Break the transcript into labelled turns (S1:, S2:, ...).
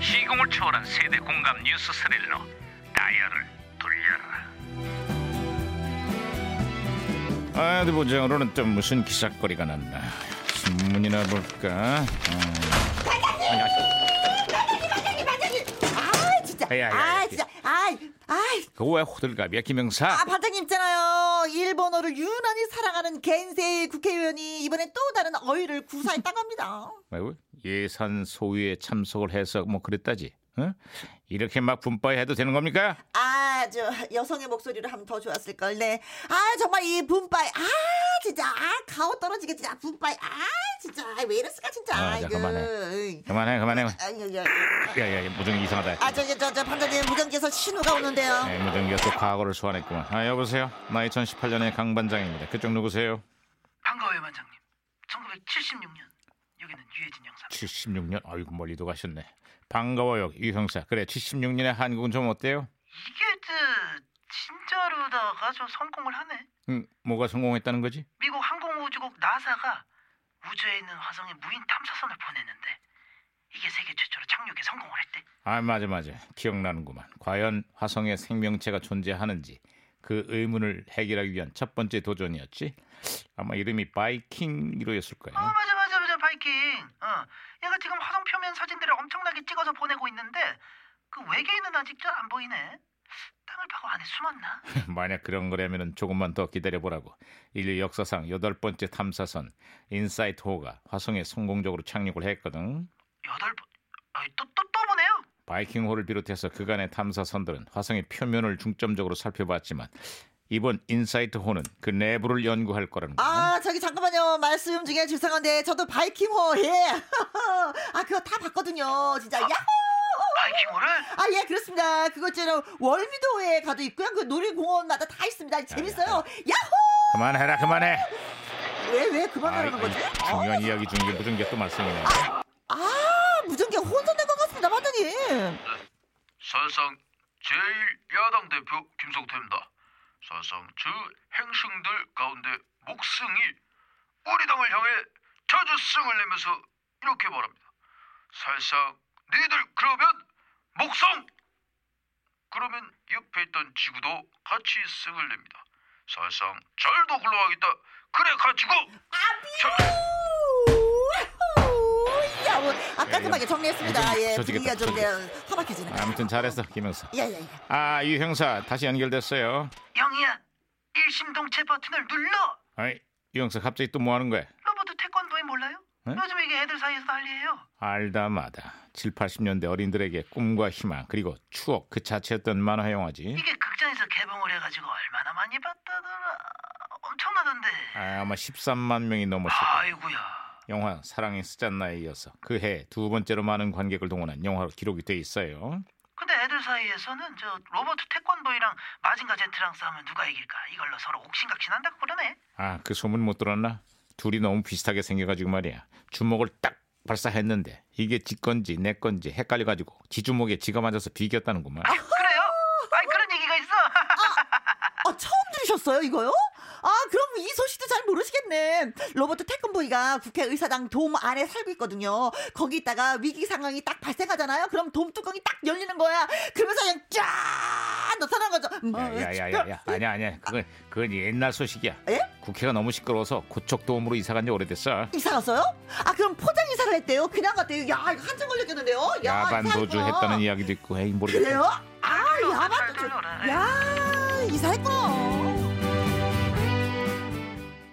S1: 시공을 초월한 세대 공감 뉴스 스릴러 다이얼을 돌려라 아, 어디 보자 오늘은 또 무슨 기사거리가 났나 신문이나 볼까 음.
S2: 반장님! 아 진짜!
S1: 야, 야, 야.
S2: 아 진짜! 아이! 아이!
S1: 그왜 호들갑이야 김영사
S2: 아 반장님 있잖아요. 일본어를 유난히 사랑하는 겐세이 국회의원이 이번에 또 다른 어휘를 구사했다고 합니다.
S1: 아이고, 예산 소위에 참석을 해서 뭐 그랬다지 응? 이렇게 막 분파해 해도 되는 겁니까?
S2: 아, 저 여성의 목소리로 하면 더 좋았을 걸. 네. 아, 정말 이 분빠이. 아, 진짜. 아, 가오 떨어지게 진짜 분빠이. 아, 진짜. 아, 왜 이랬을까 진짜.
S1: 아,
S2: 아이고.
S1: 잠깐만요. 그만해 그만해
S2: 아이고, 아이고.
S1: 야야야 무정이 이상하다
S2: 아, 저기 저저 판자님 무전기에서 신호가 오는데요.
S1: 네, 무전기가 또 과거를 소환했구만 아 여보세요 나 2018년의 강반장입니다 그쪽 누구세요?
S3: 반가워요 반장님 1976년 여기는 유해진 형사
S1: 76년 아이고 멀리도 가셨네 반가워요 유 형사 그래 76년에 한국은 좀 어때요?
S3: 이게 저 진짜로다가 좀 성공을 하네
S1: 음, 뭐가 성공했다는 거지?
S3: 미국 항공우주국 나사가 우주에 있는 화성에 무인 탐사선을 보냈는데 이게 세계 최초로 착륙에 성공을 했대
S1: 아 맞아 맞아 기억나는구만 과연 화성에 생명체가 존재하는지 그 의문을 해결하기 위한 첫 번째 도전이었지 아마 이름이 바이킹이로였을 거예요
S3: 어 맞아 맞아 맞아 바이킹 어 얘가 지금 화성 표면 사진들을 엄청나게 찍어서 보내고 있는데 그 외계인은 아직 잘 안 보이네 땅을 파고 안에 숨었나
S1: 만약 그런 거라면 조금만 더 기다려보라고 인류 역사상 여덟 번째 탐사선 인사이트 호가 화성에 성공적으로 착륙을 했거든
S3: 여덟 번또또또 또 보네요
S1: 바이킹호를 비롯해서 그간의 탐사선들은 화성의 표면을 중점적으로 살펴봤지만 이번 인사이트호는 그 내부를 연구할 거라는 거야.
S2: 아, 저기 잠깐만요. 말씀 중에 죄송한데 저도 바이킹호 예. 아, 그거 다 봤거든요. 진짜 야.
S3: 바이킹호를
S2: 아, 예, 그렇습니다. 그거 있잖아요. 월미도에 가도 있고요. 그 놀이공원마다 다 있습니다. 재밌어요. 야호!
S1: 그만해라 그만해.
S2: 왜 왜
S1: 아, 이
S2: 그만하라는 거지? 어?
S1: 중요한 이야기 중에 무슨 게또 말씀이네.
S2: 아, 무전기 혼선된 것 같습니다, 반장님.
S4: 사실상 제1야당 대표 김성태입니다. 사실상 저 행승들 가운데 목승이 우리 당을 향해 저주승을 내면서 이렇게 말합니다. 사실상 니들 그러면 목성! 그러면 옆에 있던 지구도 같이 승을 냅니다. 사실상 절도 굴러가겠다. 그래 가지고
S2: 아비오! 야호! 뭐, 아까
S1: 야,
S2: 그만에
S1: 야.
S2: 정리했습니다.
S1: 무전기
S2: 예, 분위기가
S1: 부서지겠다,
S2: 좀 네,
S1: 부서지겠다.
S2: 험악해지네.
S1: 아무튼 잘했어 김 형사.
S2: 예, 예, 예.
S1: 아유 형사 다시 연결됐어요.
S3: 영희야 일심동체 버튼을 눌러
S1: 아이 유 형사 갑자기 또 뭐 하는 거야?
S3: 로봇 태권도에 몰라요?
S1: 네?
S3: 요즘 이게 애들 사이에서 난리예요.
S1: 알다마다 7, 80년대 어린들에게 꿈과 희망 그리고 추억 그 자체였던 만화 영화지.
S3: 이게 극장에서 개봉을 해가지고 얼마나 많이 봤다더라. 엄청나던데.
S1: 아, 아마 13만 명이 넘었을 거야.
S3: 아이고야.
S1: 영화 사랑의 스잔나에 이어서 그 해 두 번째로 많은 관객을 동원한 영화로 기록이 돼 있어요.
S3: 근데 애들 사이에서는 저 로버트 태권도이랑 마징가 제트랑 싸우면 누가 이길까 이걸로 서로 옥신각신한다고 그러네.
S1: 아, 그 소문 못 들었나? 둘이 너무 비슷하게 생겨가지고 말이야. 주먹을 딱 발사했는데 이게 지 건지 내 건지 헷갈려가지고 지 주먹에 지가 맞아서 비겼다는구만.
S3: 아, 그래요? 아이 그런 얘기가 있어.
S2: 아, 처음 들으셨어요, 이거요? 아, 그럼 이 소식도 잘 모르시겠네. 로버트 태권보이가 국회의사당 돔 안에 살고 있거든요. 거기 있다가 위기 상황이 딱 발생하잖아요. 그럼 돔 뚜껑이 딱 열리는 거야. 그러면서 그냥 쫙 나타나는 거죠. 음,
S1: 야야야야야, 아니야 아니야, 그건 그건 옛날 소식이야.
S2: 예?
S1: 국회가 너무 시끄러워서 고척 도움으로 이사간 지 오래됐어.
S2: 이사 갔어요? 아, 그럼 포장 이사를 했대요. 그냥 갔대요. 야, 이거 한참 걸렸겠는데요? 야,
S1: 야반
S2: 이사했구나.
S1: 도주했다는 이야기도 있고, 에이 모르겠다.
S2: 그래요? 아,
S3: 잘
S2: 야반
S3: 들려라.
S2: 도주. 야, 이사했구나.